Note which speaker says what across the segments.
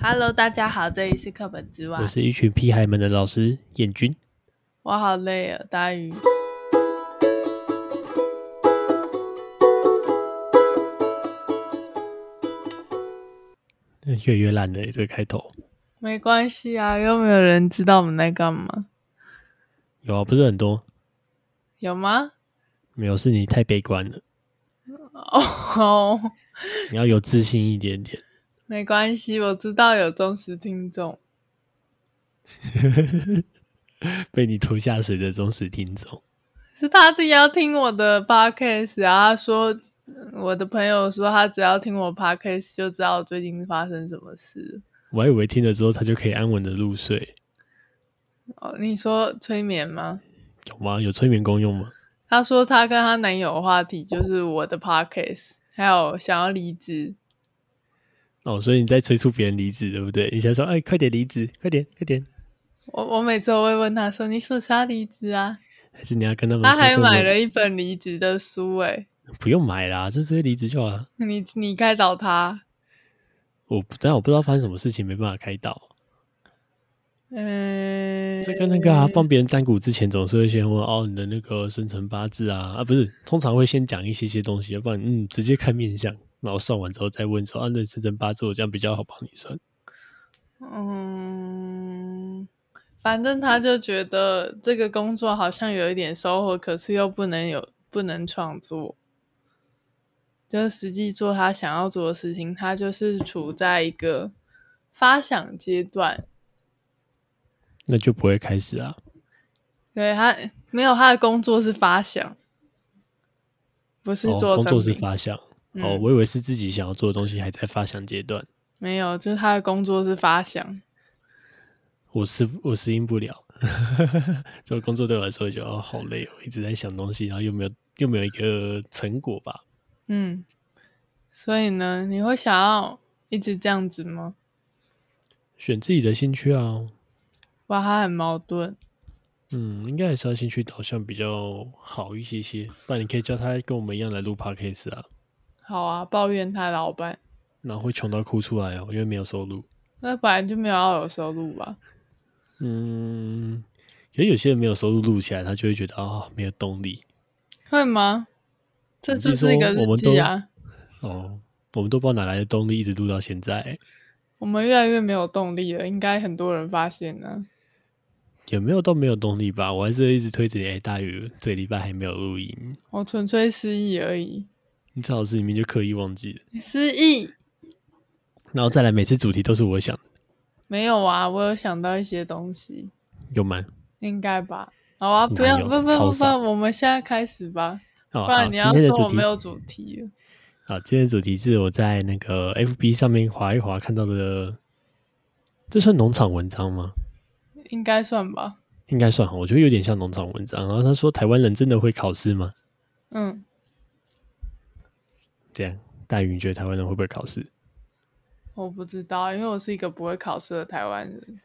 Speaker 1: Hello，大家好，这里是课本之外
Speaker 2: 我，是一群屁孩们的老师彦君。
Speaker 1: 我好累啊，大鱼。
Speaker 2: 越来越烂了，这个开头
Speaker 1: 没关系啊，又没有人知道我们在干嘛，
Speaker 2: 有啊，不是很多，
Speaker 1: 有吗？
Speaker 2: 没有是你太悲观了，
Speaker 1: 哦、
Speaker 2: 你要有自信一点点。
Speaker 1: 没关系，我知道有忠实听众。
Speaker 2: 被你拖下水的忠实听众，
Speaker 1: 是他自己要听我的 podcast，然后他说我的朋友说他只要听我 podcast 就知道我最近发生什么事。
Speaker 2: 我还以为听了之后他就可以安稳的入睡，
Speaker 1: 哦，你说催眠吗？
Speaker 2: 有吗？有催眠功用吗？
Speaker 1: 她说她跟她男友的话题就是我的 podcast，还有想要离职。
Speaker 2: 哦，所以你在催促别人离职，对不对？你想说，哎，快点离职，快点，快点，
Speaker 1: 我我每次都会问他说：“你说啥离职啊
Speaker 2: 还是你要跟他？”们说？
Speaker 1: 他还
Speaker 2: 不
Speaker 1: 买了一本离职的书、欸，
Speaker 2: 不用买啦，就直接离职就好了。
Speaker 1: 你你该找他。
Speaker 2: 我不但我不知道发生什么事情，没办法开导。
Speaker 1: 嗯，
Speaker 2: 这跟那个啊，帮别人占卜之前，总是会先问哦你的那个生辰八字啊啊，不是，通常会先讲一些些东西，要不然嗯直接看面相，然后算完之后再问说啊那你生辰八字我这样比较好帮你算。
Speaker 1: 嗯，反正他就觉得这个工作好像有一点收获，可是又不能有不能创作，就是实际做他想要做的事情，他就是处在一个发想阶段。
Speaker 2: 那就不会开始啊，
Speaker 1: 对他没有他的工作是发想，不是
Speaker 2: 哦，
Speaker 1: 做
Speaker 2: 工
Speaker 1: 成
Speaker 2: 作是
Speaker 1: 品。
Speaker 2: 发想，哦，
Speaker 1: 嗯
Speaker 2: 我以为是自己想要做的东西还在发想阶段，
Speaker 1: 没有，就是他的工作是发想。
Speaker 2: 我适我适应不了， 这个工作对我来说就哦好累哦，一直在想东西，然后又没有又没有一个成果吧，
Speaker 1: 嗯，所以呢，你会想要一直这样子吗？
Speaker 2: 选自己的兴趣啊，
Speaker 1: 哇，他很矛盾。
Speaker 2: 嗯，应该还是要兴趣导向比较好一些些，不然你可以叫他跟我们一样来录 podcast 啊，
Speaker 1: 好啊，抱怨他老板，
Speaker 2: 然后会穷到哭出来哦，因为没有收入。
Speaker 1: 那本来就没有要有收入吧？
Speaker 2: 嗯，可是有些人没有收入录起来，他就会觉得啊、没有动力
Speaker 1: 会吗？这
Speaker 2: 你是
Speaker 1: 就是一个
Speaker 2: 说我
Speaker 1: 日
Speaker 2: 们
Speaker 1: 记啊，
Speaker 2: 哦。我们都不知道哪来的动力，一直录到现在，
Speaker 1: 我们越来越没有动力了，应该很多人发现呢、
Speaker 2: 也没有到没有动力吧。我还是一直推着你，哎、大宇这个礼拜还没有录音，
Speaker 1: 我纯粹失忆而已，
Speaker 2: 你最好是里面就刻意忘记了，
Speaker 1: 失忆
Speaker 2: 然后再来每次主题都是我想的，
Speaker 1: 没有啊，我有想到一些东西，
Speaker 2: 有吗？
Speaker 1: 应该吧。好啊，不
Speaker 2: 哪
Speaker 1: 要，
Speaker 2: 有
Speaker 1: 不不不
Speaker 2: 超
Speaker 1: 不，
Speaker 2: 少
Speaker 1: 我们现在开始吧，
Speaker 2: 哦，
Speaker 1: 不
Speaker 2: 好，
Speaker 1: 然你要
Speaker 2: 今天
Speaker 1: 说
Speaker 2: 的主
Speaker 1: 我
Speaker 2: 题
Speaker 1: 没有主题了。
Speaker 2: 好，今天的主题是我在那个 FB 上面划一划看到的，这算农场文章吗？
Speaker 1: 应该算吧。
Speaker 2: 应该算哈，我觉得有点像农场文章。然后他说，台湾人真的会考试吗？
Speaker 1: 嗯，
Speaker 2: 这样，大宇你觉得台湾人会不会考试？
Speaker 1: 我不知道，因为我是一个不会考试的台湾人。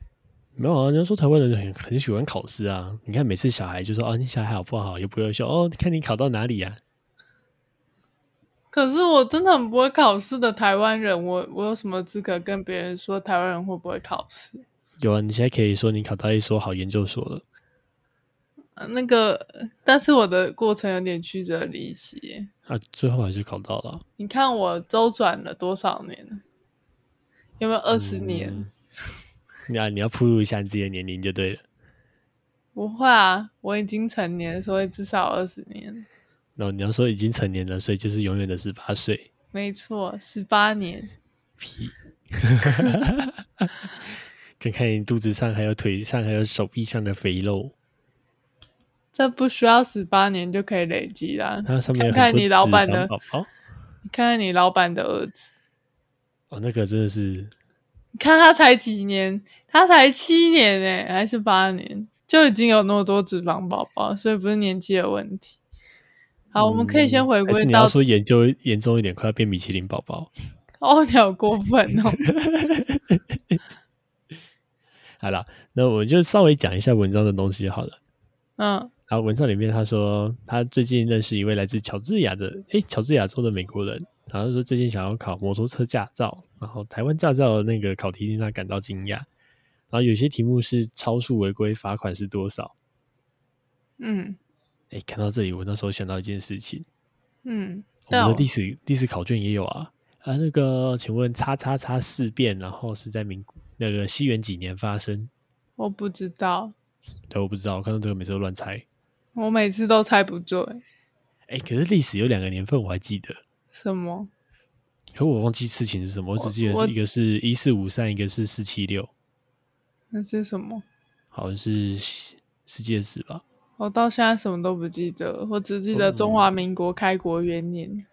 Speaker 2: 没有啊，人家说台湾人很很喜欢考试啊。你看每次小孩就说啊，你小孩好不好，又不优秀哦，看你考到哪里啊？
Speaker 1: 可是我真的很不会考试的台湾人，我我有什么资格跟别人说台湾人会不会考试？
Speaker 2: 有啊，你现在可以说你考到一所好研究所了。
Speaker 1: 呃那个，但是我的过程有点曲折离奇耶。
Speaker 2: 啊，最后还是考到了啊，
Speaker 1: 你看我周转了多少年了？有没有二十年？
Speaker 2: 嗯你啊要你要铺露一下你自己的年龄就对了。
Speaker 1: 不会啊，我已经成年，所以至少二十年。
Speaker 2: 然后你要说已经成年了，所以就是永远的十八岁。
Speaker 1: 没错，十八年。
Speaker 2: 屁！看看你肚子上还有腿上还有手臂上的肥肉，
Speaker 1: 这不需要十八年就可以累积啦。
Speaker 2: 它上面有
Speaker 1: 看看
Speaker 2: 很多
Speaker 1: 你老
Speaker 2: 脂
Speaker 1: 板
Speaker 2: 肪
Speaker 1: 的
Speaker 2: 宝宝
Speaker 1: 你看看你老板的儿子，
Speaker 2: 哦，那个真的是
Speaker 1: 你看他才几年，他才七年哎、还是八年，就已经有那么多脂肪宝宝，所以不是年纪的问题。好，我们可以先
Speaker 2: 嗯
Speaker 1: 回
Speaker 2: 还是
Speaker 1: 归
Speaker 2: 你
Speaker 1: 到
Speaker 2: 要说研究严重一点，快要变米其林宝宝。
Speaker 1: 哦，你好过分哦。
Speaker 2: 好了，那我就稍微讲一下文章的东西好了。
Speaker 1: 嗯
Speaker 2: 然后文章里面他说，他最近认识一位来自乔治亚的，诶，乔治亚州的美国人，然后说最近想要考摩托车驾照，然后台湾驾照的那个考题令他感到惊讶。然后有些题目是超速违规罚款是多少？
Speaker 1: 嗯
Speaker 2: 哎，看到这里，我那时候想到一件事情，
Speaker 1: 嗯，
Speaker 2: 我们
Speaker 1: 对
Speaker 2: 的
Speaker 1: 哦
Speaker 2: 历史历史考卷也有啊啊，那个请问叉叉叉事变，然后是在民那个西元几年发生？
Speaker 1: 我不知道，
Speaker 2: 对，我不知道，我看到这个每次都乱猜。
Speaker 1: 我每次都猜不对，
Speaker 2: 哎，可是历史有两个年份我还记得，
Speaker 1: 什么？
Speaker 2: 可我忘记事情是什么，我只记得
Speaker 1: 我
Speaker 2: 是一个是一四五三，一个是四七六，
Speaker 1: 那是什么？
Speaker 2: 好像是世世界史吧？
Speaker 1: 我到现在什么都不记得，我只记得中
Speaker 2: 哦
Speaker 1: 华民国开国元年。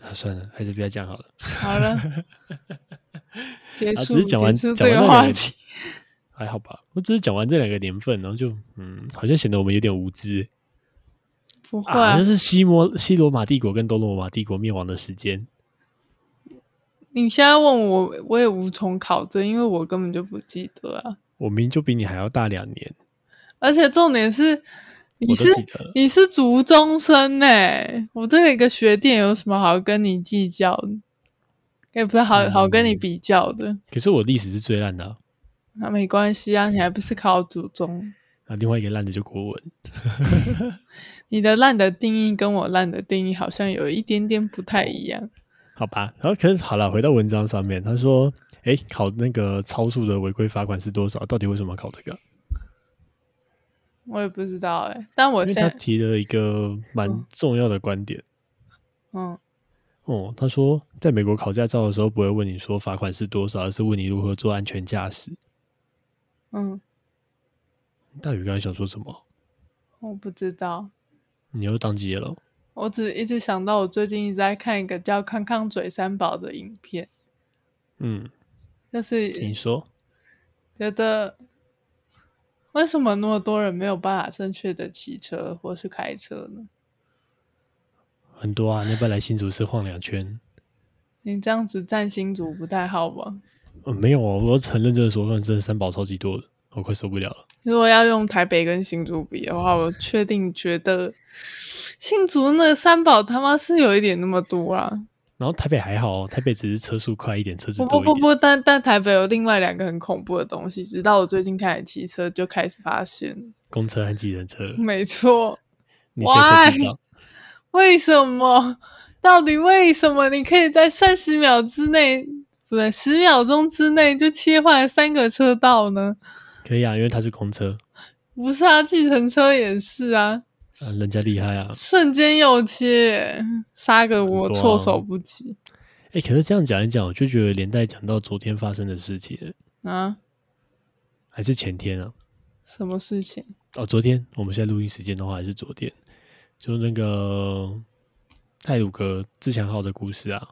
Speaker 2: 啊，算了，还是不要讲好了。
Speaker 1: 好 了，结
Speaker 2: 啊，
Speaker 1: 束，
Speaker 2: 只是讲完
Speaker 1: 结束
Speaker 2: 讲
Speaker 1: 这
Speaker 2: 完
Speaker 1: 个
Speaker 2: 那
Speaker 1: 话
Speaker 2: 两
Speaker 1: 题。
Speaker 2: 还好吧？我只是讲完这两个年份，然后就嗯，好像显得我们有点无知
Speaker 1: 不会、
Speaker 2: 啊，好像是西摩西罗马帝国跟东罗马帝国灭亡的时间。
Speaker 1: 你现在问我，我也无从考证，因为我根本就不记得啊。
Speaker 2: 我明明就比你还要大两年，
Speaker 1: 而且重点是，你
Speaker 2: 我
Speaker 1: 是
Speaker 2: 都记得了。
Speaker 1: 你是族中生呢、欸我这个一个学弟有什么好跟你计较的？也不是好好跟你
Speaker 2: 嗯
Speaker 1: 比较的，
Speaker 2: 可是我历史是最烂的啊、
Speaker 1: 那、没关系啊，你还不是考祖宗？
Speaker 2: 那另外一个烂的就国文。
Speaker 1: 你的烂的定义跟我烂的定义好像有一点点不
Speaker 2: 哦
Speaker 1: 太一样。
Speaker 2: 好吧，然后可是好了，回到文章上面，他说，哎，考那个超速的违规罚款是多少？到底为什么要考这个？啊
Speaker 1: 我也不知道哎、但我
Speaker 2: 因为
Speaker 1: 现
Speaker 2: 他
Speaker 1: 在
Speaker 2: 提了一个蛮
Speaker 1: 嗯
Speaker 2: 重要的观点
Speaker 1: 嗯，
Speaker 2: 哦，他说，在美国考驾照的时候，不会问你说罚款是多少，而是问你如何做安全驾驶。
Speaker 1: 嗯，
Speaker 2: 大宇刚才想说什么？
Speaker 1: 我不知道，
Speaker 2: 你又当机了？
Speaker 1: 我只一直想到我最近一直在看一个叫康康嘴三宝的影片，
Speaker 2: 嗯，
Speaker 1: 就是
Speaker 2: 请说。
Speaker 1: 觉得为什么那么多人没有办法正确的骑车或是开车呢？
Speaker 2: 很多啊，那边来新竹市晃两圈。
Speaker 1: 你这样子占新竹不太好吧？
Speaker 2: 呃，没有哦，我很认真的说，真的三宝超级多的，我快受不了了。
Speaker 1: 如果要用台北跟新竹比的话，我确定觉得新竹那三宝他妈是有一点那么多啊！
Speaker 2: 然后台北还好哦，台北只是车速快一点，车子
Speaker 1: 不
Speaker 2: 多
Speaker 1: 不不
Speaker 2: 一点。
Speaker 1: 不，但但台北有另外两个很恐怖的东西，直到我最近开始骑车就开始发现，
Speaker 2: 公车和计程车，
Speaker 1: 没错，
Speaker 2: 你现在知道？
Speaker 1: 为什么？ 到底为什么你可以在三十秒之内，不对，十秒钟之内就切换了三个车道呢？
Speaker 2: 可以啊，因为它是公车，
Speaker 1: 不是啊，计程车也是啊，
Speaker 2: 啊、人家厉害啊。
Speaker 1: 瞬间右切，杀个我
Speaker 2: 很多啊
Speaker 1: 措手不及
Speaker 2: 哎、可是这样讲一讲，我就觉得连带讲到昨天发生的事情，
Speaker 1: 啊！
Speaker 2: 还是前天啊。
Speaker 1: 什么事情？
Speaker 2: 哦，昨天我们现在录音时间的话，还是昨天，就那个泰鲁格自强号的故事啊。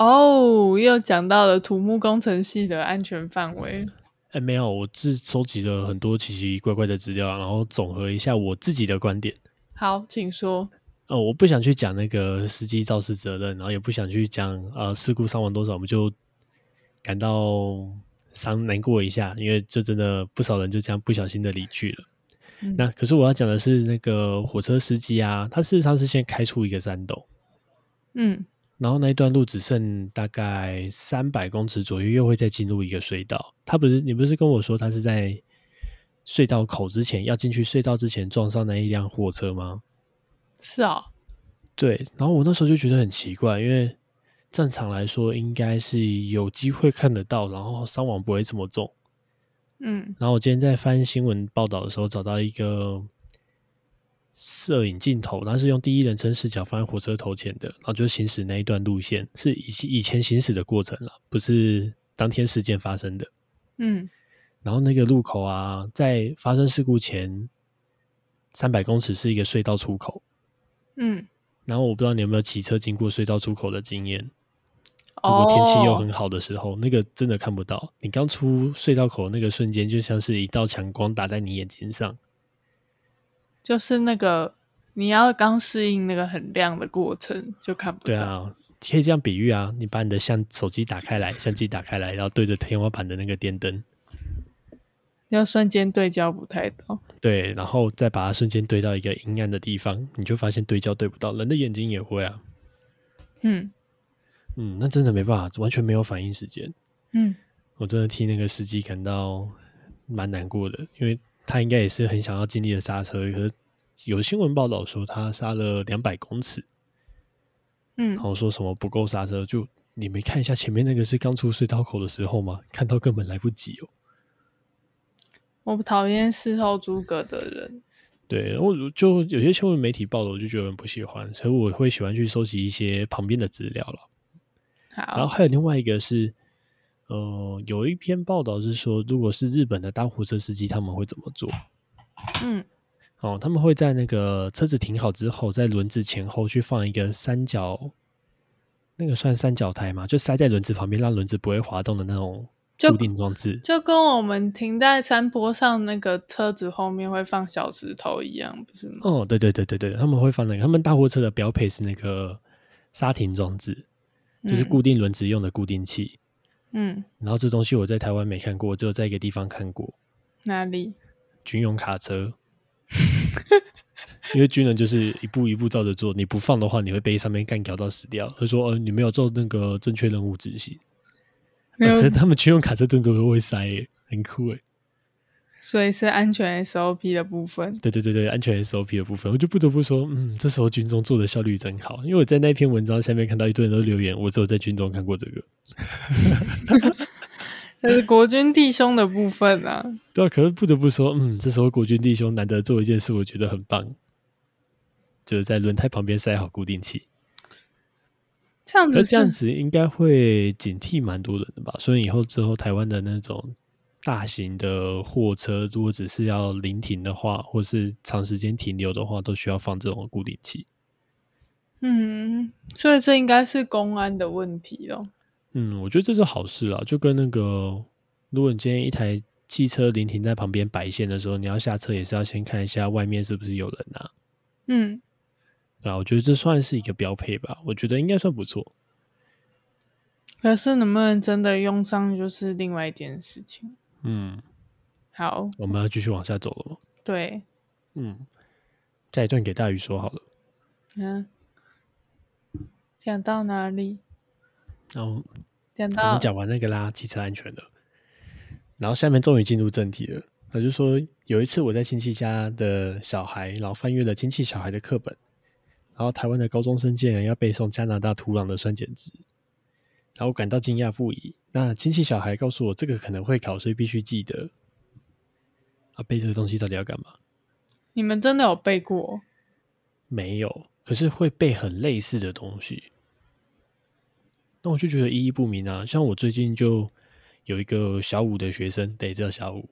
Speaker 1: 哦，又讲到了土木工程系的安全范围。
Speaker 2: 哎，没有，我是收集了很多奇奇怪怪的资料，啊然后总合一下我自己的观点。
Speaker 1: 好，请说。
Speaker 2: 呃，我不想去讲那个司机肇事责任，然后也不想去讲呃事故伤亡多少，我们就感到伤难过一下，因为就真的不少人就这样不小心的离去了。
Speaker 1: 嗯
Speaker 2: 那可是我要讲的是那个火车司机啊，他事实上是先开出一个山洞，
Speaker 1: 嗯
Speaker 2: 然后那一段路只剩大概三百公尺左右，又会再进入一个隧道。他不是你不是跟我说他是在隧道口之前要进去隧道之前撞上那一辆货车吗？
Speaker 1: 是啊、
Speaker 2: 对，然后我那时候就觉得很奇怪，因为正常来说应该是有机会看得到，然后伤亡不会这么重。
Speaker 1: 嗯
Speaker 2: 然后我今天在翻新闻报道的时候，找到一个摄影镜头，它是用第一人称视角放在火车头前的，然后就行驶那一段路线，是以前以前行驶的过程了，不是当天事件发生的。
Speaker 1: 嗯
Speaker 2: 然后那个路口啊，在发生事故前三百公尺是一个隧道出口，
Speaker 1: 嗯。
Speaker 2: 然后我不知道你有没有骑车经过隧道出口的经验。如
Speaker 1: 哦，
Speaker 2: 果天气又很好的时候，那个真的看不到。你刚出隧道口那个瞬间，就像是一道强光打在你眼睛上。
Speaker 1: 就是那个你要刚适应那个很亮的过程，就看不到。
Speaker 2: 对，啊，可以这样比喻啊，你把你的相手机打开来，相机打开来，然后对着天花板的那个电灯，
Speaker 1: 要瞬间对焦不太到。
Speaker 2: 对，然后再把它瞬间对到一个阴暗的地方，你就发现对焦对不到。人的眼睛也会啊，
Speaker 1: 嗯，
Speaker 2: 嗯，那真的没办法，完全没有反应时间。
Speaker 1: 嗯，
Speaker 2: 我真的替那个司机感到蛮难过的，因为他应该也是很想要尽力的刹车，可是有新闻报道说他刹了两百公尺，
Speaker 1: 嗯
Speaker 2: 然，后说什么不够刹车，就你没看一下前面那个是刚出隧道口的时候吗？看到根本来不及哦。
Speaker 1: 我讨厌事后诸葛的人。
Speaker 2: 对，然后我就有些新闻媒体报道，我就觉得很不喜欢，所以我会喜欢去收集一些旁边的资料了。然后
Speaker 1: 好，
Speaker 2: 还有另外一个是，呃，有一篇报道是说，如果是日本的大货车司机，他们会怎么做？
Speaker 1: 嗯
Speaker 2: 哦，他们会在那个车子停好之后，在轮子前后去放一个三角，那个算三角胎吗？就塞在轮子旁边，让轮子不会滑动的那种
Speaker 1: 就
Speaker 2: 固定装置。
Speaker 1: 就跟我们停在山坡上那个车子后面会放小石头一样，不是吗？
Speaker 2: 哦，对对对对对，他们会放那个，他们大货车的标配是那个刹停装置，就是
Speaker 1: 嗯
Speaker 2: 固定轮子用的固定器。
Speaker 1: 嗯，
Speaker 2: 然后这东西我在台湾没看过，只有在一个地方看过，
Speaker 1: 哪里？
Speaker 2: 军用卡车。 因为军人就是一步一步照着做，你不放的话，你会被上面干掉到死掉。他说：“呃，你没有照那个正确任务执行。
Speaker 1: 没
Speaker 2: 呃 可
Speaker 1: 有
Speaker 2: 是，他们军用卡车真的都会塞、欸，很酷诶、
Speaker 1: 所以是安全 SOP 的部分。
Speaker 2: 对对对对，安全 SOP 的部分，我就不得不说，嗯，这时候军中做的效率真好。因为我在那篇文章下面看到一堆人都留言，我只有在军中看过这个。
Speaker 1: 这是国军弟兄的部分啊。
Speaker 2: 对啊，可是不得不说，嗯，这时候国军弟兄难得做一件事，我觉得很棒，就是在轮胎旁边塞好固定器。
Speaker 1: 这样
Speaker 2: 那
Speaker 1: 子
Speaker 2: 这
Speaker 1: 是
Speaker 2: 样子应该会警惕蛮多人的吧？所以以后之后台湾的那种大型的货车，如果只是要临停的话，或是长时间停留的话，都需要放这种固定器。
Speaker 1: 嗯，所以这应该是公安的问题咯。
Speaker 2: 嗯，我觉得这是好事啦，就跟那个，如果你今天一台汽车临停在旁边白线的时候，你要下车也是要先看一下外面是不是有人啊。
Speaker 1: 嗯，
Speaker 2: 对啊，我觉得这算是一个标配吧，我觉得应该算不错。
Speaker 1: 可是能不能真的用上，就是另外一件事情。
Speaker 2: 嗯，
Speaker 1: 好，
Speaker 2: 我们要继续往下走了吗？
Speaker 1: 对，
Speaker 2: 嗯，下一段给大鱼说好了。
Speaker 1: 嗯，讲到哪里？
Speaker 2: 然后
Speaker 1: 讲
Speaker 2: 我
Speaker 1: 到
Speaker 2: 们讲完那个啦，汽车安全的，然后下面终于进入正题了。他就说，有一次我在亲戚家的小孩，然后翻阅了亲戚小孩的课本，然后台湾的高中生竟然要背诵加拿大土壤的酸碱值，然后我感到惊讶不已。那亲戚小孩告诉我，这个可能会考，所以必须记得。啊，背这个东西到底要干嘛？
Speaker 1: 你们真的有背过？哦
Speaker 2: 没有，可是会背很类似的东西。那我就觉得意义不明啊。像我最近就有一个小五的学生，对，叫小五，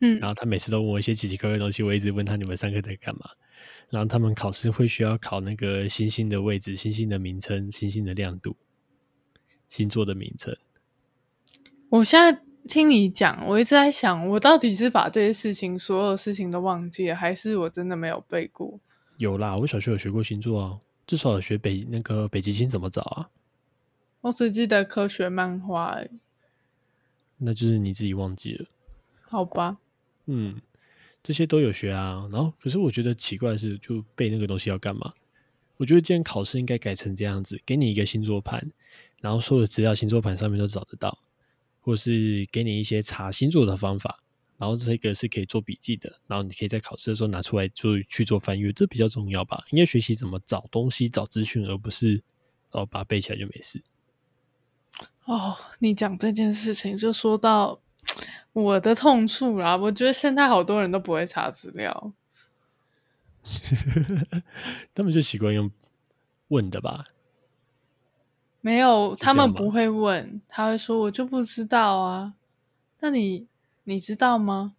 Speaker 1: 嗯
Speaker 2: 然后他每次都问我一些奇奇怪怪的东西，我一直问他你们上课在干嘛。然后他们考试会需要考那个星星的位置、星星的名称、星星的亮度、星座的名称。
Speaker 1: 我现在听你讲，我一直在想，我到底是把这些事情所有事情都忘记了，还是我真的没有背过？
Speaker 2: 有啦，我小学有学过星座啊，至少有学北那个北极星怎么找啊。
Speaker 1: 我只记得科学漫画而已，
Speaker 2: 那就是你自己忘记了。
Speaker 1: 好吧？
Speaker 2: 嗯，这些都有学啊。然后，可是我觉得奇怪的是，就背那个东西要干嘛？我觉得今天考试应该改成这样子，给你一个星座盘，然后所有资料星座盘上面都找得到，或是给你一些查星座的方法，然后这个是可以做笔记的，然后你可以在考试的时候拿出来做去做翻阅，这比较重要吧？应该学习怎么找东西、找资讯，而不是哦把它背起来就没事。
Speaker 1: 哦，你讲这件事情就说到我的痛处啦。我觉得现在好多人都不会查资料，
Speaker 2: 他们就习惯用问的吧？
Speaker 1: 没有，他
Speaker 2: 这样
Speaker 1: 们
Speaker 2: 吗
Speaker 1: 不会问，他会说我就不知道啊。那你你知道吗？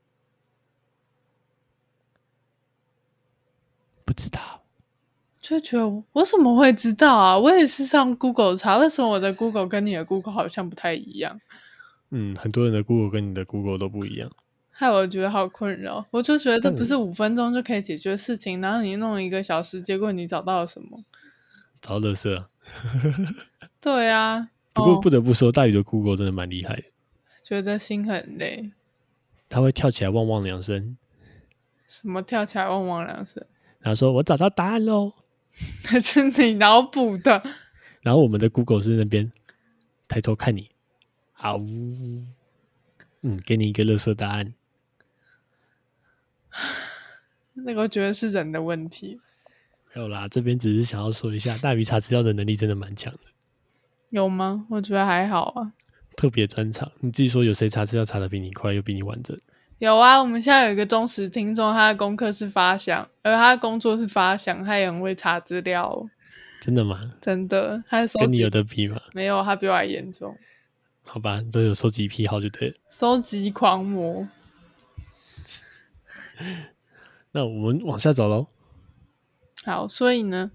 Speaker 2: 不知道。
Speaker 1: 就觉得我怎么会知道啊？我也是上 Google 查，为什么我的 Google 跟你的 Google 好像不太一样？
Speaker 2: 嗯，很多人的 Google 跟你的 Google 都不一样。
Speaker 1: 害我觉得好困扰。我就觉得这
Speaker 2: 嗯
Speaker 1: 不是五分钟就可以解决的事情，然后你弄一个小时，结果你找到了什么？
Speaker 2: 找乐色啊。
Speaker 1: 对啊，
Speaker 2: 不过
Speaker 1: 哦
Speaker 2: 不得不说，大宇的 Google 真的蛮厉害的，
Speaker 1: 觉得心很累。
Speaker 2: 他会跳起来汪汪两声，
Speaker 1: 什么跳起来汪汪两声，
Speaker 2: 然后说：“我找到答案喽！”
Speaker 1: 那是你脑补的。
Speaker 2: 然后我们的 Google 是那边抬头看你，啊呜，嗯，给你一个乐色答案。
Speaker 1: 那个我觉得是人的问题。
Speaker 2: 没有啦，这边只是想要说一下，大鱼查资料的能力真的蛮强的，
Speaker 1: 有吗？我觉得还好啊。
Speaker 2: 特别专长。你自己说有谁查资料查的比你快又比你完整？
Speaker 1: 有啊，我们现在有一个忠实听众，他的功课是发想，而他的工作是发想，他也很会查资料、哦，
Speaker 2: 真的吗？
Speaker 1: 真的。他是收
Speaker 2: 跟你
Speaker 1: 集
Speaker 2: 有的比吗？
Speaker 1: 没有，他比我还严重，
Speaker 2: 好吧，都有收集癖好就对了。
Speaker 1: 收集狂魔。
Speaker 2: 那我们往下走喽。
Speaker 1: 好，所以呢，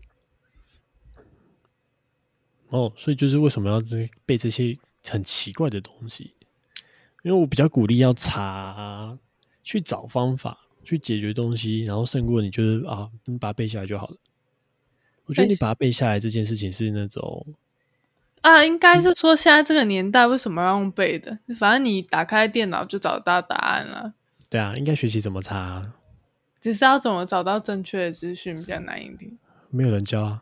Speaker 2: 哦，所以就是为什么要这背这些很奇怪的东西？因为我比较鼓励要查，啊去找方法去解决东西，然后胜过你就是啊，你把它背下来就好了。我觉得
Speaker 1: 背
Speaker 2: 你
Speaker 1: 下
Speaker 2: 把它背下来这件事情是那种
Speaker 1: 啊，应该是说现在这个年代为什么要用背的？反正你打开电脑就找得到答案了，
Speaker 2: 对啊，应该学习怎么查，啊
Speaker 1: 只是要怎么找到正确的资讯比较难一点。
Speaker 2: 没有人教啊。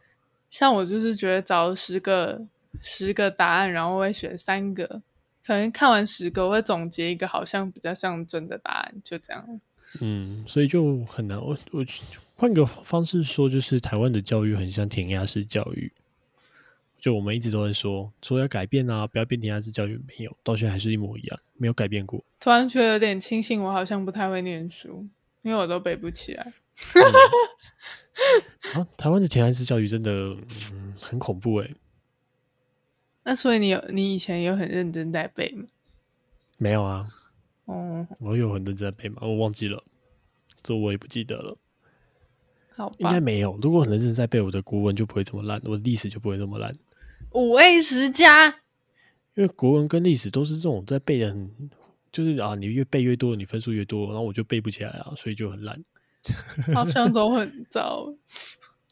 Speaker 1: 像我就是觉得找十个十个答案，然后我会选三个，可能看完十个我会总结一个好像比较像真的答案，就这样。
Speaker 2: 嗯，所以就很难。我我换个方式说，就是台湾的教育很像填鸭式教育，就我们一直都在说说要改变啊，不要变填鸭式教育，没有，到现在还是一模一样，没有改变过。
Speaker 1: 突然觉得有点庆幸，我好像不太会念书，因为我都背不起来。
Speaker 2: 嗯 啊，台湾的填鸭式教育真的、嗯、很恐怖诶、
Speaker 1: 那所以你有你以前有很认真在背吗？
Speaker 2: 没有啊，
Speaker 1: 哦，
Speaker 2: 我有很认真在背嘛，我忘记了，这我也不记得了，
Speaker 1: 好
Speaker 2: 应
Speaker 1: 吧
Speaker 2: 该，没有。如果很认真在背，我的国文就不会这么烂，我的历史就不会这么烂，
Speaker 1: 五 A 十加，
Speaker 2: 因为国文跟历史都是这种在背的很，就是啊，你越背越多，你分数越多，然后我就背不起来啊，所以就很烂。
Speaker 1: 好像都很糟，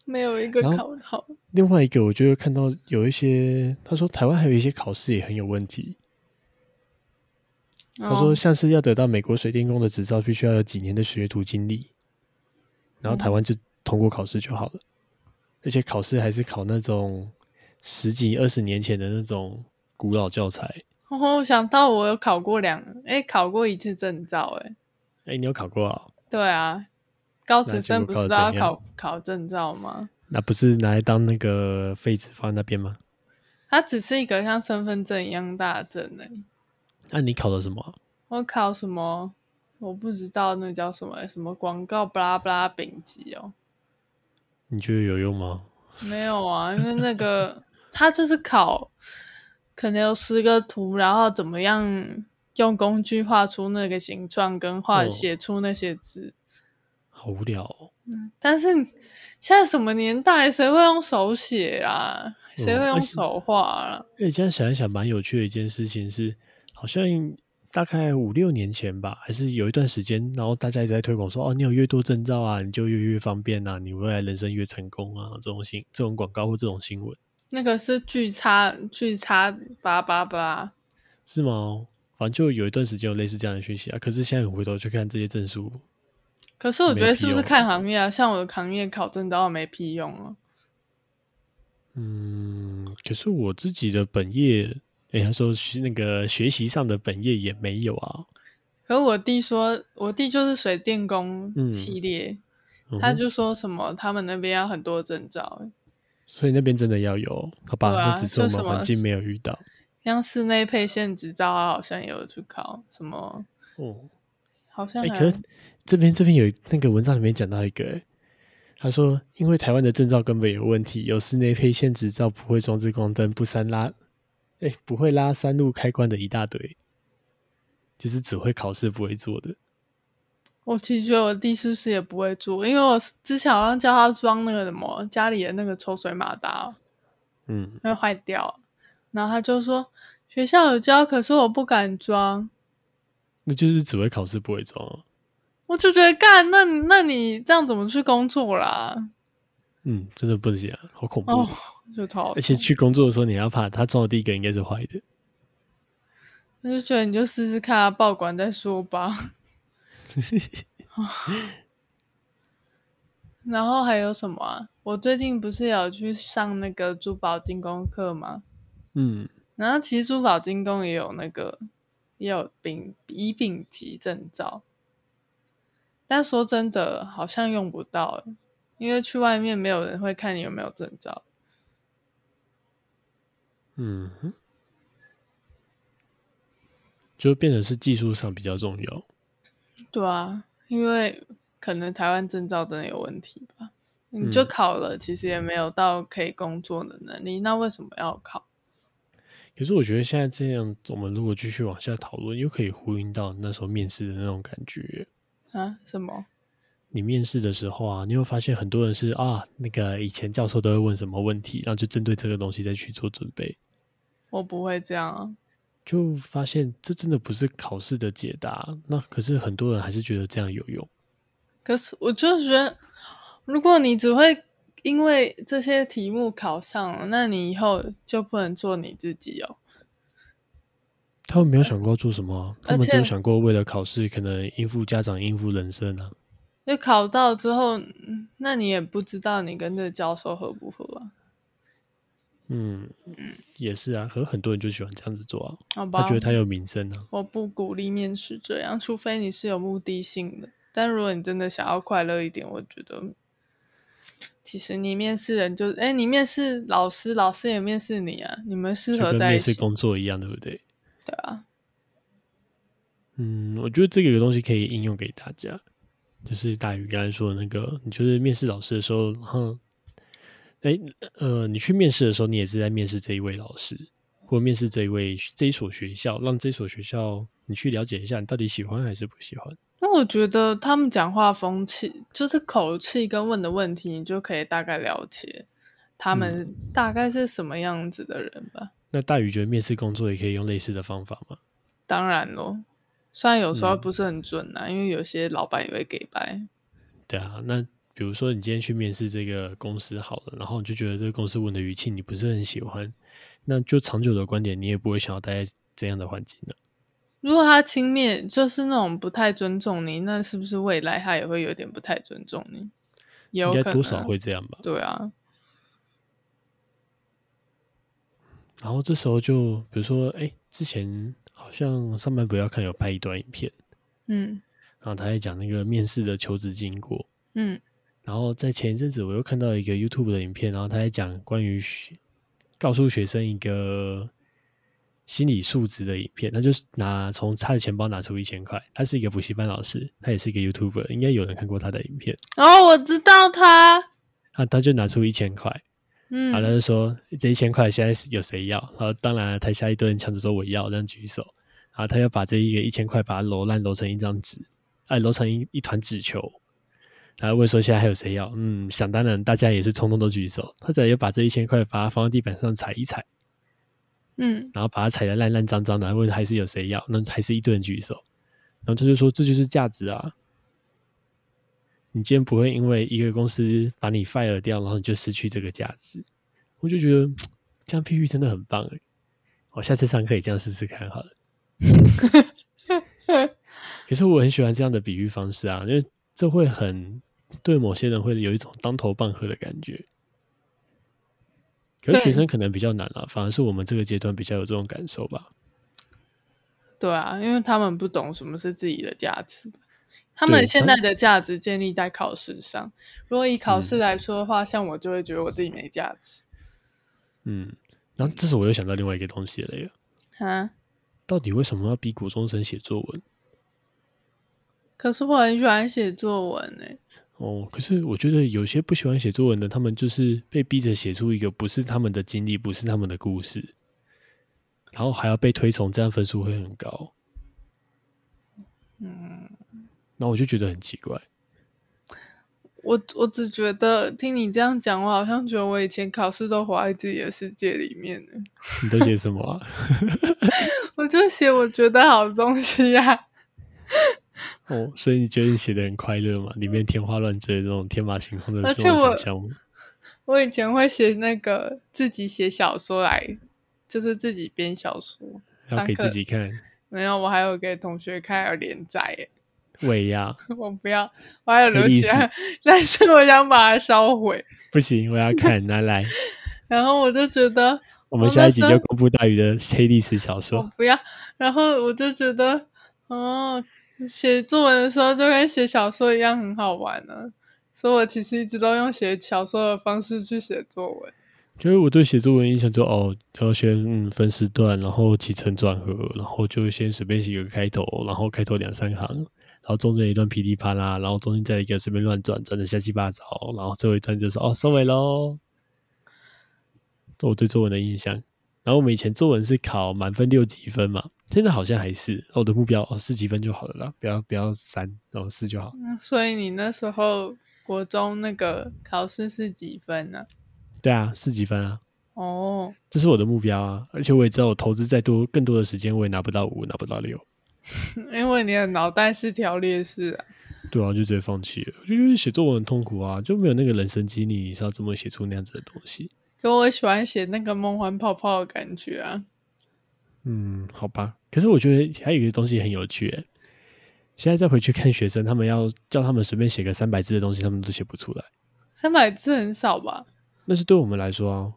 Speaker 1: 没有一个
Speaker 2: 然
Speaker 1: 考
Speaker 2: 后
Speaker 1: 得好。
Speaker 2: 另外一个，我就会看到有一些，他说台湾还有一些考试也很有问题，他说，
Speaker 1: 哦
Speaker 2: 像是要得到美国水电工的执照，必须要有几年的学徒经历，然后台湾就通过考试就好了，而且考试还是考那种十几二十年前的那种古老教材。
Speaker 1: 哦，我想到我有考过两，哎，考过一次证照，哎，
Speaker 2: 哎、你有考过啊？
Speaker 1: 对啊，高
Speaker 2: 那
Speaker 1: 职
Speaker 2: 结果
Speaker 1: 生不
Speaker 2: 考
Speaker 1: 是
Speaker 2: 得
Speaker 1: 都要
Speaker 2: 怎样
Speaker 1: 考考证照吗？
Speaker 2: 那不是拿来当那个废纸放在那边吗？
Speaker 1: 它只是一个像身份证一样大的证哎。
Speaker 2: 那、你考的什么啊？
Speaker 1: 我考什么？我不知道那叫什么欸什么广告巴拉巴拉丙级哦，
Speaker 2: 你觉得有用吗？
Speaker 1: 没有啊，因为那个它就是考，可能有十个图，然后怎么样用工具画出那个形状，跟画
Speaker 2: 哦
Speaker 1: 写出那些字。
Speaker 2: 好无聊、哦。
Speaker 1: 嗯，但是现在什么年代，谁会用手写啦？谁
Speaker 2: 嗯
Speaker 1: 会
Speaker 2: 而
Speaker 1: 用
Speaker 2: 且
Speaker 1: 手画啊啦？
Speaker 2: 哎、这样想一想，蛮有趣的一件事情是，好像大概五六年前吧，还是有一段时间，然后大家一直在推广说，哦，你有越多证照啊，你就越越方便啊，你未来人生越成功啊，这种新这种广告或这种新闻
Speaker 1: 那个是巨差巨差八八八，
Speaker 2: 是吗？反正就有一段时间有类似这样的讯息啊，可是现在回头去看这些证书，
Speaker 1: 可是我觉
Speaker 2: 没
Speaker 1: 得
Speaker 2: 有
Speaker 1: 是不是
Speaker 2: 屁用
Speaker 1: 看行业啊？像我的行业考证照没屁用啊。
Speaker 2: 嗯，可是我自己的本业，哎、他说是那个学习上的本业也没有啊，
Speaker 1: 可是我弟说，我弟就是水电工
Speaker 2: 嗯
Speaker 1: 系列，
Speaker 2: 嗯
Speaker 1: 他
Speaker 2: 哼
Speaker 1: 就说什么他们那边要很多证照，
Speaker 2: 所以那边真的要有，好吧？
Speaker 1: 对啊
Speaker 2: 那只是我
Speaker 1: 就
Speaker 2: 们
Speaker 1: 什么
Speaker 2: 环境没有遇到，
Speaker 1: 像室内配线执照啊，好像也有去考什么，
Speaker 2: 哦。
Speaker 1: 好像
Speaker 2: 哎、
Speaker 1: 还
Speaker 2: 可是这边这边有那个文章里面讲到一个、欸，他说因为台湾的证照根本有问题，有室内配线执照，不会装置光灯，不三拉，哎、不会拉三路开关的一大堆，就是只会考试不会做的。
Speaker 1: 我其实觉得我弟是不是也不会做，因为我之前好像叫他装那个什么家里的那个抽水马达哦，
Speaker 2: 嗯，
Speaker 1: 会坏掉，然后他就说学校有教，可是我不敢装。
Speaker 2: 那就是只会考试不会装啊、
Speaker 1: 我就觉得干，那你那你这样怎么去工作啦？
Speaker 2: 嗯，真的不行、啊，好恐怖。
Speaker 1: 哦，就头好
Speaker 2: 而且
Speaker 1: 痛
Speaker 2: 去工作的时候，你还要怕他装的第一个应该是坏的。
Speaker 1: 我就觉得你就试试看啊，报馆再说吧。 然后还有什么啊？我最近不是有去上那个珠宝精工课吗？
Speaker 2: 嗯，
Speaker 1: 然后其实珠宝精工也有那个也有丙乙丙级证照，但说真的，好像用不到欸，因为去外面没有人会看你有没有证照。
Speaker 2: 嗯哼，就变得是技术上比较重要。
Speaker 1: 对啊，因为可能台湾证照真的有问题吧。你就
Speaker 2: 嗯
Speaker 1: 考了，其实也没有到可以工作的能力，那为什么要考？
Speaker 2: 可是我觉得现在这样，我们如果继续往下讨论，又可以呼应到那时候面试的那种感觉。
Speaker 1: 啊，什么？
Speaker 2: 你面试的时候啊，你会发现很多人是啊，那个以前教授都会问什么问题，然后就针对这个东西再去做准备，
Speaker 1: 我不会这样啊。
Speaker 2: 就发现这真的不是考试的解答。那可是很多人还是觉得这样有用。
Speaker 1: 可是我就觉得，如果你只会因为这些题目考上了，那你以后就不能做你自己哦。
Speaker 2: 他们没有想过要做什么啊，他
Speaker 1: 而
Speaker 2: 们只有
Speaker 1: 且
Speaker 2: 想过为了考试，可能应付家长、应付人生啊。
Speaker 1: 就考到之后，嗯那你也不知道你跟这个教授合不合啊？
Speaker 2: 嗯，也是啊。可是很多人就喜欢这样子做啊，
Speaker 1: 好吧，
Speaker 2: 他觉得他有名声啊。
Speaker 1: 我不鼓励面试这样，除非你是有目的性的。但如果你真的想要快乐一点，我觉得其实你面试人就，哎，你面试老师，老师也面试你啊，你们适
Speaker 2: 就
Speaker 1: 合
Speaker 2: 跟
Speaker 1: 在一
Speaker 2: 面试
Speaker 1: 起，
Speaker 2: 工作一样，对不对？
Speaker 1: 对啊，
Speaker 2: 嗯，我觉得这个东西可以应用给大家，就是大宇刚才说的那个，你就是面试老师的时候，然后，哎，呃，你去面试的时候，你也是在面试这一位老师，或面试这一位这一所学校，让这所学校你去了解一下，你到底喜欢还是不喜欢。
Speaker 1: 那我觉得他们讲话风气，就是口气跟问的问题，你就可以大概了解他
Speaker 2: 嗯
Speaker 1: 们大概是什么样子的人吧。
Speaker 2: 那大宇觉得面试工作也可以用类似的方法吗？
Speaker 1: 当然咯，虽然有时候
Speaker 2: 嗯
Speaker 1: 不是很准啊，因为有些老板也会给白。
Speaker 2: 对啊，那比如说你今天去面试这个公司好了，然后你就觉得这个公司问的语气你不是很喜欢，那就长久的观点，你也不会想要待在这样的环境的。
Speaker 1: 如果他轻蔑，就是那种不太尊重你，那是不是未来他也会有点不太尊重你？也有
Speaker 2: 应
Speaker 1: 可
Speaker 2: 该
Speaker 1: 能、
Speaker 2: 多少。会这样吧。
Speaker 1: 对啊，
Speaker 2: 然后这时候就比如说，哎，之前好像上班不要看有拍一段影片，
Speaker 1: 嗯
Speaker 2: 然后他在讲那个面试的求职经过。
Speaker 1: 嗯
Speaker 2: 然后在前一阵子我又看到一个 YouTube 的影片，然后他在讲关于学告诉学生一个心理素质的影片，他就是拿从他的钱包拿出一千块，他是一个补习班老师，他也是一个 YouTuber，应该有人看过他的影片，
Speaker 1: 然后哦我知道他，
Speaker 2: 啊，他就拿出一千块，
Speaker 1: 嗯，
Speaker 2: 然后他就说这一千块现在是有谁要？然后当然了台下一堆人抢着说我要，这样举手。然后他又把这一个一千块把它揉烂，揉成一张纸，哎，揉成一一团纸球。然后问说现在还有谁要？嗯，想当然，大家也是通通都举手。他再又把这一千块把它放到地板上踩一踩，
Speaker 1: 嗯，
Speaker 2: 然后把它踩得烂烂脏脏的，然后问还是有谁要？那还是一堆人举手。然后他就说这就是价值啊。你今天不会因为一个公司把你 fire 掉，然后你就失去这个价值。我就觉得这样譬喻真的很棒哎，我下次上课也这样试试看好了。可是我很喜欢这样的比喻方式啊，因为这会很对某些人会有一种当头棒喝的感觉。可是学
Speaker 1: 对
Speaker 2: 生可能比较难啊，反而是我们这个阶段比较有这种感受吧。
Speaker 1: 对啊，因为他们不懂什么是自己的价值，他
Speaker 2: 对
Speaker 1: 们现
Speaker 2: 他
Speaker 1: 在的价值建立在考试上。如果以考试来说的话，像我就会觉得我自己没价值
Speaker 2: 嗯，然后这时候我又想到另外一个东西了耶，
Speaker 1: 啊。
Speaker 2: 到底为什么要逼国中生写作文？
Speaker 1: 可是我很喜欢写作文欸诶、
Speaker 2: 哦，可是我觉得有些不喜欢写作文的，他们就是被逼着写出一个不是他们的经历，不是他们的故事，然后还要被推崇，这样分数会很高。
Speaker 1: 嗯，
Speaker 2: 然后我就觉得很奇怪。
Speaker 1: 我我只觉得听你这样讲，我好像觉得我以前考试都活在自己的世界里面呢。
Speaker 2: 你都写什么啊？
Speaker 1: 我就写我觉得好的东西呀、啊，
Speaker 2: 哦，所以你觉得你写的很快乐嘛？里面天花乱坠这种天马行空的
Speaker 1: 而
Speaker 2: 这
Speaker 1: 且
Speaker 2: 种
Speaker 1: 我
Speaker 2: 想象吗，
Speaker 1: 我以前会写那个自己写小说来，就是自己编小说。
Speaker 2: 要给
Speaker 1: 上课
Speaker 2: 自己看。
Speaker 1: 没有，我还有给同学看，还有连载耶。欸
Speaker 2: 尾牙
Speaker 1: 我不要，我还有留
Speaker 2: 黑历
Speaker 1: 起来， 但是我想把它烧毁。
Speaker 2: 不行，我要看，拿 来。
Speaker 1: 然后我就觉得
Speaker 2: 我们
Speaker 1: 我
Speaker 2: 下
Speaker 1: 那
Speaker 2: 一集
Speaker 1: 时
Speaker 2: 就
Speaker 1: 候
Speaker 2: 公布大宇的黑历史小
Speaker 1: 我
Speaker 2: 说。
Speaker 1: 不要，然后我就觉得，哦，写作文的时候就跟写小说一样很好玩呢、所以我其实一直都用写小说的方式去写作文。
Speaker 2: 就是我对写作文印象就哦，要先嗯分时段，然后起承转合，然后就先随便写个开头，然后开头两三行，然后中间一段噼里啪啦，然后中间再一个随便乱转，转的瞎七八糟，然后最后一段就是哦收尾喽。这我对作文的印象。然后我们以前作文是考满分六几分嘛，现在好像还是哦我的目标哦四几分就好了啦，不要不要三，然后四就好。
Speaker 1: 嗯，所以你那时候国中那个考试是几分呢、
Speaker 2: 对啊，四几分啊，
Speaker 1: 哦，
Speaker 2: 这是我的目标啊，而且我也知道，我投资再多更多的时间，我也拿不到五，拿不到六，
Speaker 1: 因为你的脑袋是条列式啊。
Speaker 2: 对啊，就直接放弃了。我就觉得写作文很痛苦啊，就没有那个人生经历，你是要怎么写出那样子的东西？
Speaker 1: 可我喜欢写那个梦幻泡泡的感觉啊。
Speaker 2: 嗯，好吧。可是我觉得还有一个东西很有趣、欸，现在再回去看学生，他们要叫他们随便写个三百字的东西，他们都写不出来。
Speaker 1: 三百字很少吧？
Speaker 2: 那是对我们来说啊，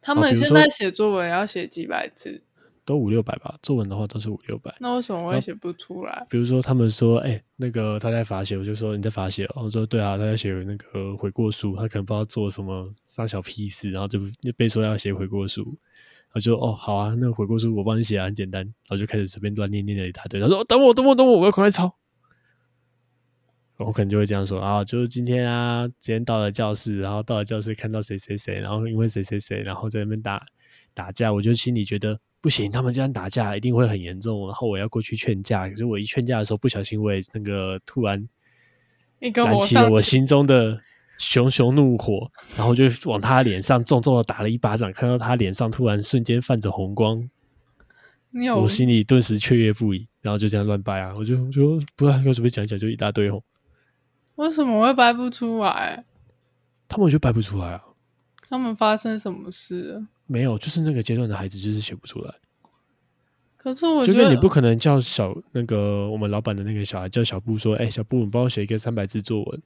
Speaker 1: 他
Speaker 2: 比
Speaker 1: 们
Speaker 2: 如
Speaker 1: 现
Speaker 2: 说
Speaker 1: 在写作文要写几百字，
Speaker 2: 都五六百吧，作文的话都是五六百。
Speaker 1: 那为什么我会写不出来？
Speaker 2: 比如说他们说，哎、那个他在罚写，我就说你在罚写哦，我说对啊，他在写那个悔过书，他可能不知道做什么傻小屁事，然后就就被说要写悔过书，我就哦好啊，那个悔过书我帮你写啊，很简单，然后就开始随便乱念念了一大堆，他说、哦、等我等我等我，我要赶快抄。我可能就会这样说啊，就是今天啊，今天到了教室，然后到了教室看到谁谁谁，然后因为谁谁谁，然后在那边打打架，我就心里觉得不行，他们这样打架一定会很严重，然后我要过去劝架。可是我一劝架的时候，不小心我也那个突然
Speaker 1: 一个
Speaker 2: 燃
Speaker 1: 火
Speaker 2: 起了
Speaker 1: 上
Speaker 2: 我
Speaker 1: 去
Speaker 2: 心中的熊熊怒火，然后就往他脸上重重的打了一巴掌，看到他脸上突然瞬间泛着红光，
Speaker 1: 你有
Speaker 2: 我心里顿时雀跃不已，然后就这样乱掰啊，我就我就不知道该怎么讲一讲，就一大堆吼，
Speaker 1: 为什么会掰不出来？
Speaker 2: 他们就掰不出来啊，
Speaker 1: 他们发生什么事了？
Speaker 2: 没有，就是那个阶段的孩子就是写不出来。
Speaker 1: 可是我
Speaker 2: 就
Speaker 1: 觉
Speaker 2: 是你不
Speaker 1: 得，
Speaker 2: 可能叫小那个我们老板的那个小孩叫小布说，哎、小布，你帮我写一个三百字作文，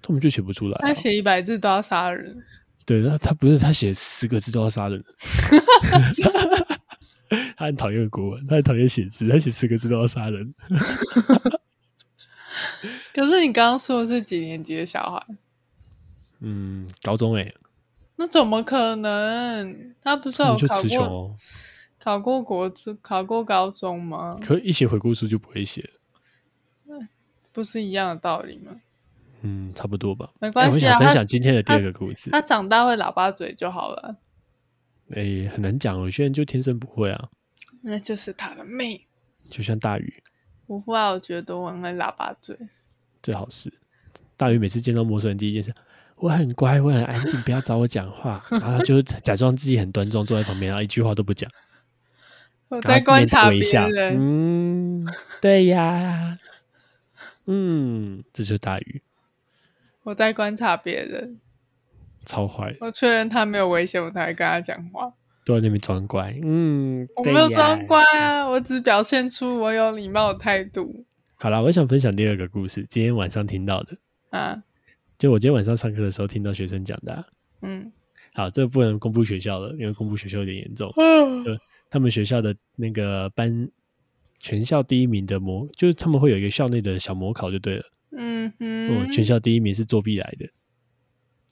Speaker 2: 他们就写不出来啊、
Speaker 1: 他写一百字都要杀人，
Speaker 2: 对，那他不是他写十个字都要 杀人，他很讨厌国文，他很讨厌写字，他写十个字都要杀人。
Speaker 1: 可是你刚刚说的是几年级的小孩？
Speaker 2: 嗯，高中哎、
Speaker 1: 那怎么可能？他不是
Speaker 2: 他
Speaker 1: 有
Speaker 2: 们就
Speaker 1: 考
Speaker 2: 词穷
Speaker 1: 过、
Speaker 2: 哦，
Speaker 1: 考过国中、考过高中吗？
Speaker 2: 可一写回顾书就不会写了。
Speaker 1: 不是一样的道理吗？
Speaker 2: 嗯，差不多吧。
Speaker 1: 没关系啊
Speaker 2: 哎我想分
Speaker 1: 他
Speaker 2: 享今天的第二
Speaker 1: 他
Speaker 2: 个故事。
Speaker 1: 他长大会喇叭嘴就好了，
Speaker 2: 哎、很难讲，有些人就天生不会啊，
Speaker 1: 那就是他的命。
Speaker 2: 就像大宇。
Speaker 1: 不会啊，我觉得我很会喇叭嘴。
Speaker 2: 最好是。大鱼每次见到陌生人，第一件事，我很乖，我很安静，不要找我 讲话。然后他就假装自己很端庄，坐在旁边，然后一句话都不讲。
Speaker 1: 我
Speaker 2: 然后
Speaker 1: 在观
Speaker 2: 面
Speaker 1: 察
Speaker 2: 微
Speaker 1: 别
Speaker 2: 笑
Speaker 1: 人，
Speaker 2: 嗯，对呀，嗯，这就是大鱼，
Speaker 1: 我在观察别人，
Speaker 2: 超坏，
Speaker 1: 我确认他没有危险，我才会跟他讲话。
Speaker 2: 都在那边装乖。嗯，
Speaker 1: 我
Speaker 2: 对
Speaker 1: 没有
Speaker 2: 呀
Speaker 1: 装乖。啊，我只表现出我有礼貌的态度
Speaker 2: 好啦，我想分享第二个故事，今天晚上听到的，
Speaker 1: 啊。
Speaker 2: 就我今天晚上上课的时候听到学生讲的啊、
Speaker 1: 嗯，
Speaker 2: 好，这个不能公布学校了，因为公布学校有点严重。
Speaker 1: 嗯
Speaker 2: 他们学校的那个班全校第一名的模，就是他们会有一个校内的小模考就对了。嗯，
Speaker 1: 哼，
Speaker 2: 全校第一名是作弊来的。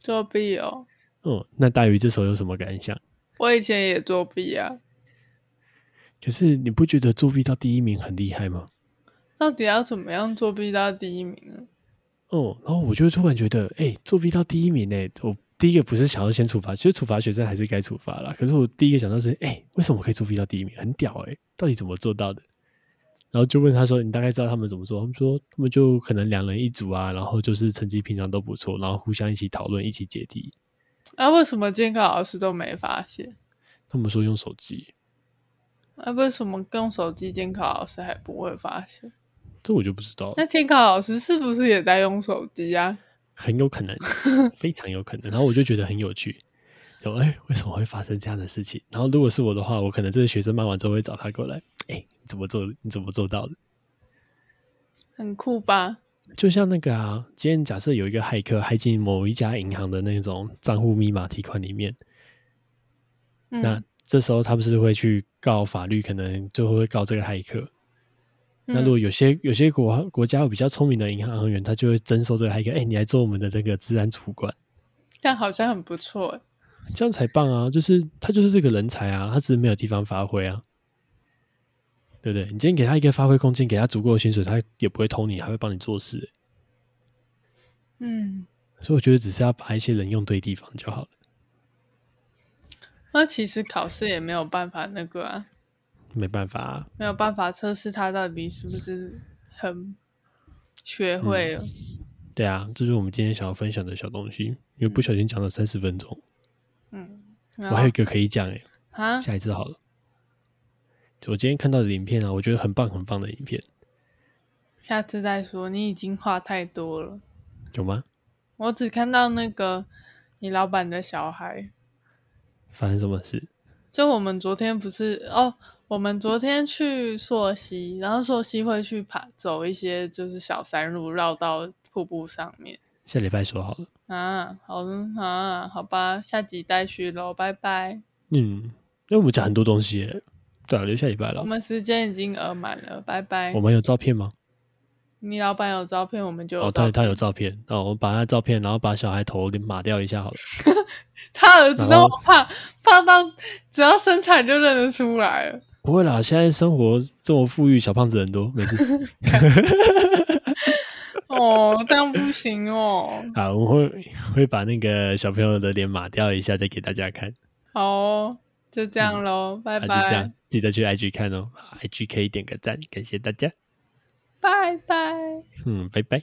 Speaker 1: 作弊哦，
Speaker 2: 嗯，那大鱼这时候有什么感想？
Speaker 1: 我以前也作弊啊。
Speaker 2: 可是你不觉得作弊到第一名很厉害吗？
Speaker 1: 到底要怎么样作弊到第一名呢？
Speaker 2: 哦、然后我就突然觉得，哎、作弊到第一名呢、欸我第一个不是想要先处罚，其实处罚学生还是该处罚啦。可是我第一个想到是，哎、为什么我可以作弊到第一名？很屌哎、到底怎么做到的？然后就问他说，你大概知道他们怎么做？他们说，他们就可能两人一组啊，然后就是成绩平常都不错，然后互相一起讨论，一起解题。
Speaker 1: 啊，为什么监考老师都没发现？
Speaker 2: 他们说用手机，
Speaker 1: 啊，为什么用手机监考老师还不会发现？
Speaker 2: 这我就不知道了
Speaker 1: 那，监考老师是不是也在用手机啊？
Speaker 2: 很有 可能，非常有可能。然后我就觉得很有趣。有哎、为什么会发生这样的事情？然后如果是我的话，我可能这个学生骂完之后会找他过来，哎、你怎么做？你怎么做到的？
Speaker 1: 很酷吧？
Speaker 2: 就像那个啊，今天假设有一个骇客骇进某一家银行的那种账户密码提款里面，那
Speaker 1: 嗯，
Speaker 2: 这时候他们是会去告法律，可能最后会告这个骇客。那如果
Speaker 1: 嗯
Speaker 2: 有些有些国国家有比较聪明的银行行员，他就会征收这个骇客，哎、你来做我们的这个治安主管，
Speaker 1: 但好像很不错欸，
Speaker 2: 这样才棒啊！就是他就是这个人才啊，他只是没有地方发挥啊，对不对？你今天给他一个发挥空间，给他足够的薪水，他也不会偷你，还会帮你做事、
Speaker 1: 嗯，
Speaker 2: 所以我觉得只是要把一些人用对地方就好了。
Speaker 1: 那其实考试也没有办法那个啊，
Speaker 2: 没办法、啊，
Speaker 1: 没有办法测试他到底是不是很学
Speaker 2: 嗯
Speaker 1: 会了。
Speaker 2: 对啊，这就是我们今天想要分享的小东西，因为不小心讲了三十分钟，
Speaker 1: 嗯，
Speaker 2: 我
Speaker 1: 然
Speaker 2: 还
Speaker 1: 后
Speaker 2: 有一个可以讲哎、
Speaker 1: 啊，
Speaker 2: 下一次好了。我今天看到的影片啊，我觉得很棒很棒的影片，
Speaker 1: 下次再说，你已经话太多了。
Speaker 2: 有吗？
Speaker 1: 我只看到那个你老板的小孩，
Speaker 2: 发生什么事？
Speaker 1: 就我们昨天不是哦，我们昨天去溯溪，然后溯溪会去爬走一些就是小山路，绕到瀑布上面
Speaker 2: 下礼拜说好了。
Speaker 1: 啊。好嗯啊，好吧，下集待续喽，拜拜。
Speaker 2: 嗯，因为我们讲很多东西耶、对啊，留下礼拜了
Speaker 1: 我。们时间已经额满了，拜拜
Speaker 2: 我。们有照片吗？
Speaker 1: 你老板有照片，我们就有
Speaker 2: 哦，
Speaker 1: 照
Speaker 2: 他
Speaker 1: 片。
Speaker 2: 他有照片。哦，我们把他照片，然后把小孩头给码掉一下好了。
Speaker 1: 他儿子
Speaker 2: 然
Speaker 1: 那
Speaker 2: 后
Speaker 1: 么胖，胖到只要身材就认得出来了。
Speaker 2: 不会啦，现在生活这么富裕，小胖子很多，没事。
Speaker 1: 哦，这样不行哦。
Speaker 2: 啊，我会会把那个小朋友的脸码掉一下，再给大家看。
Speaker 1: 好哦，就这样喽，拜
Speaker 2: 那、嗯就这
Speaker 1: 拜
Speaker 2: 样，，记得去 IG 啊看哦。IG 可以点个赞，感谢大家。
Speaker 1: 拜拜。
Speaker 2: 嗯，拜拜。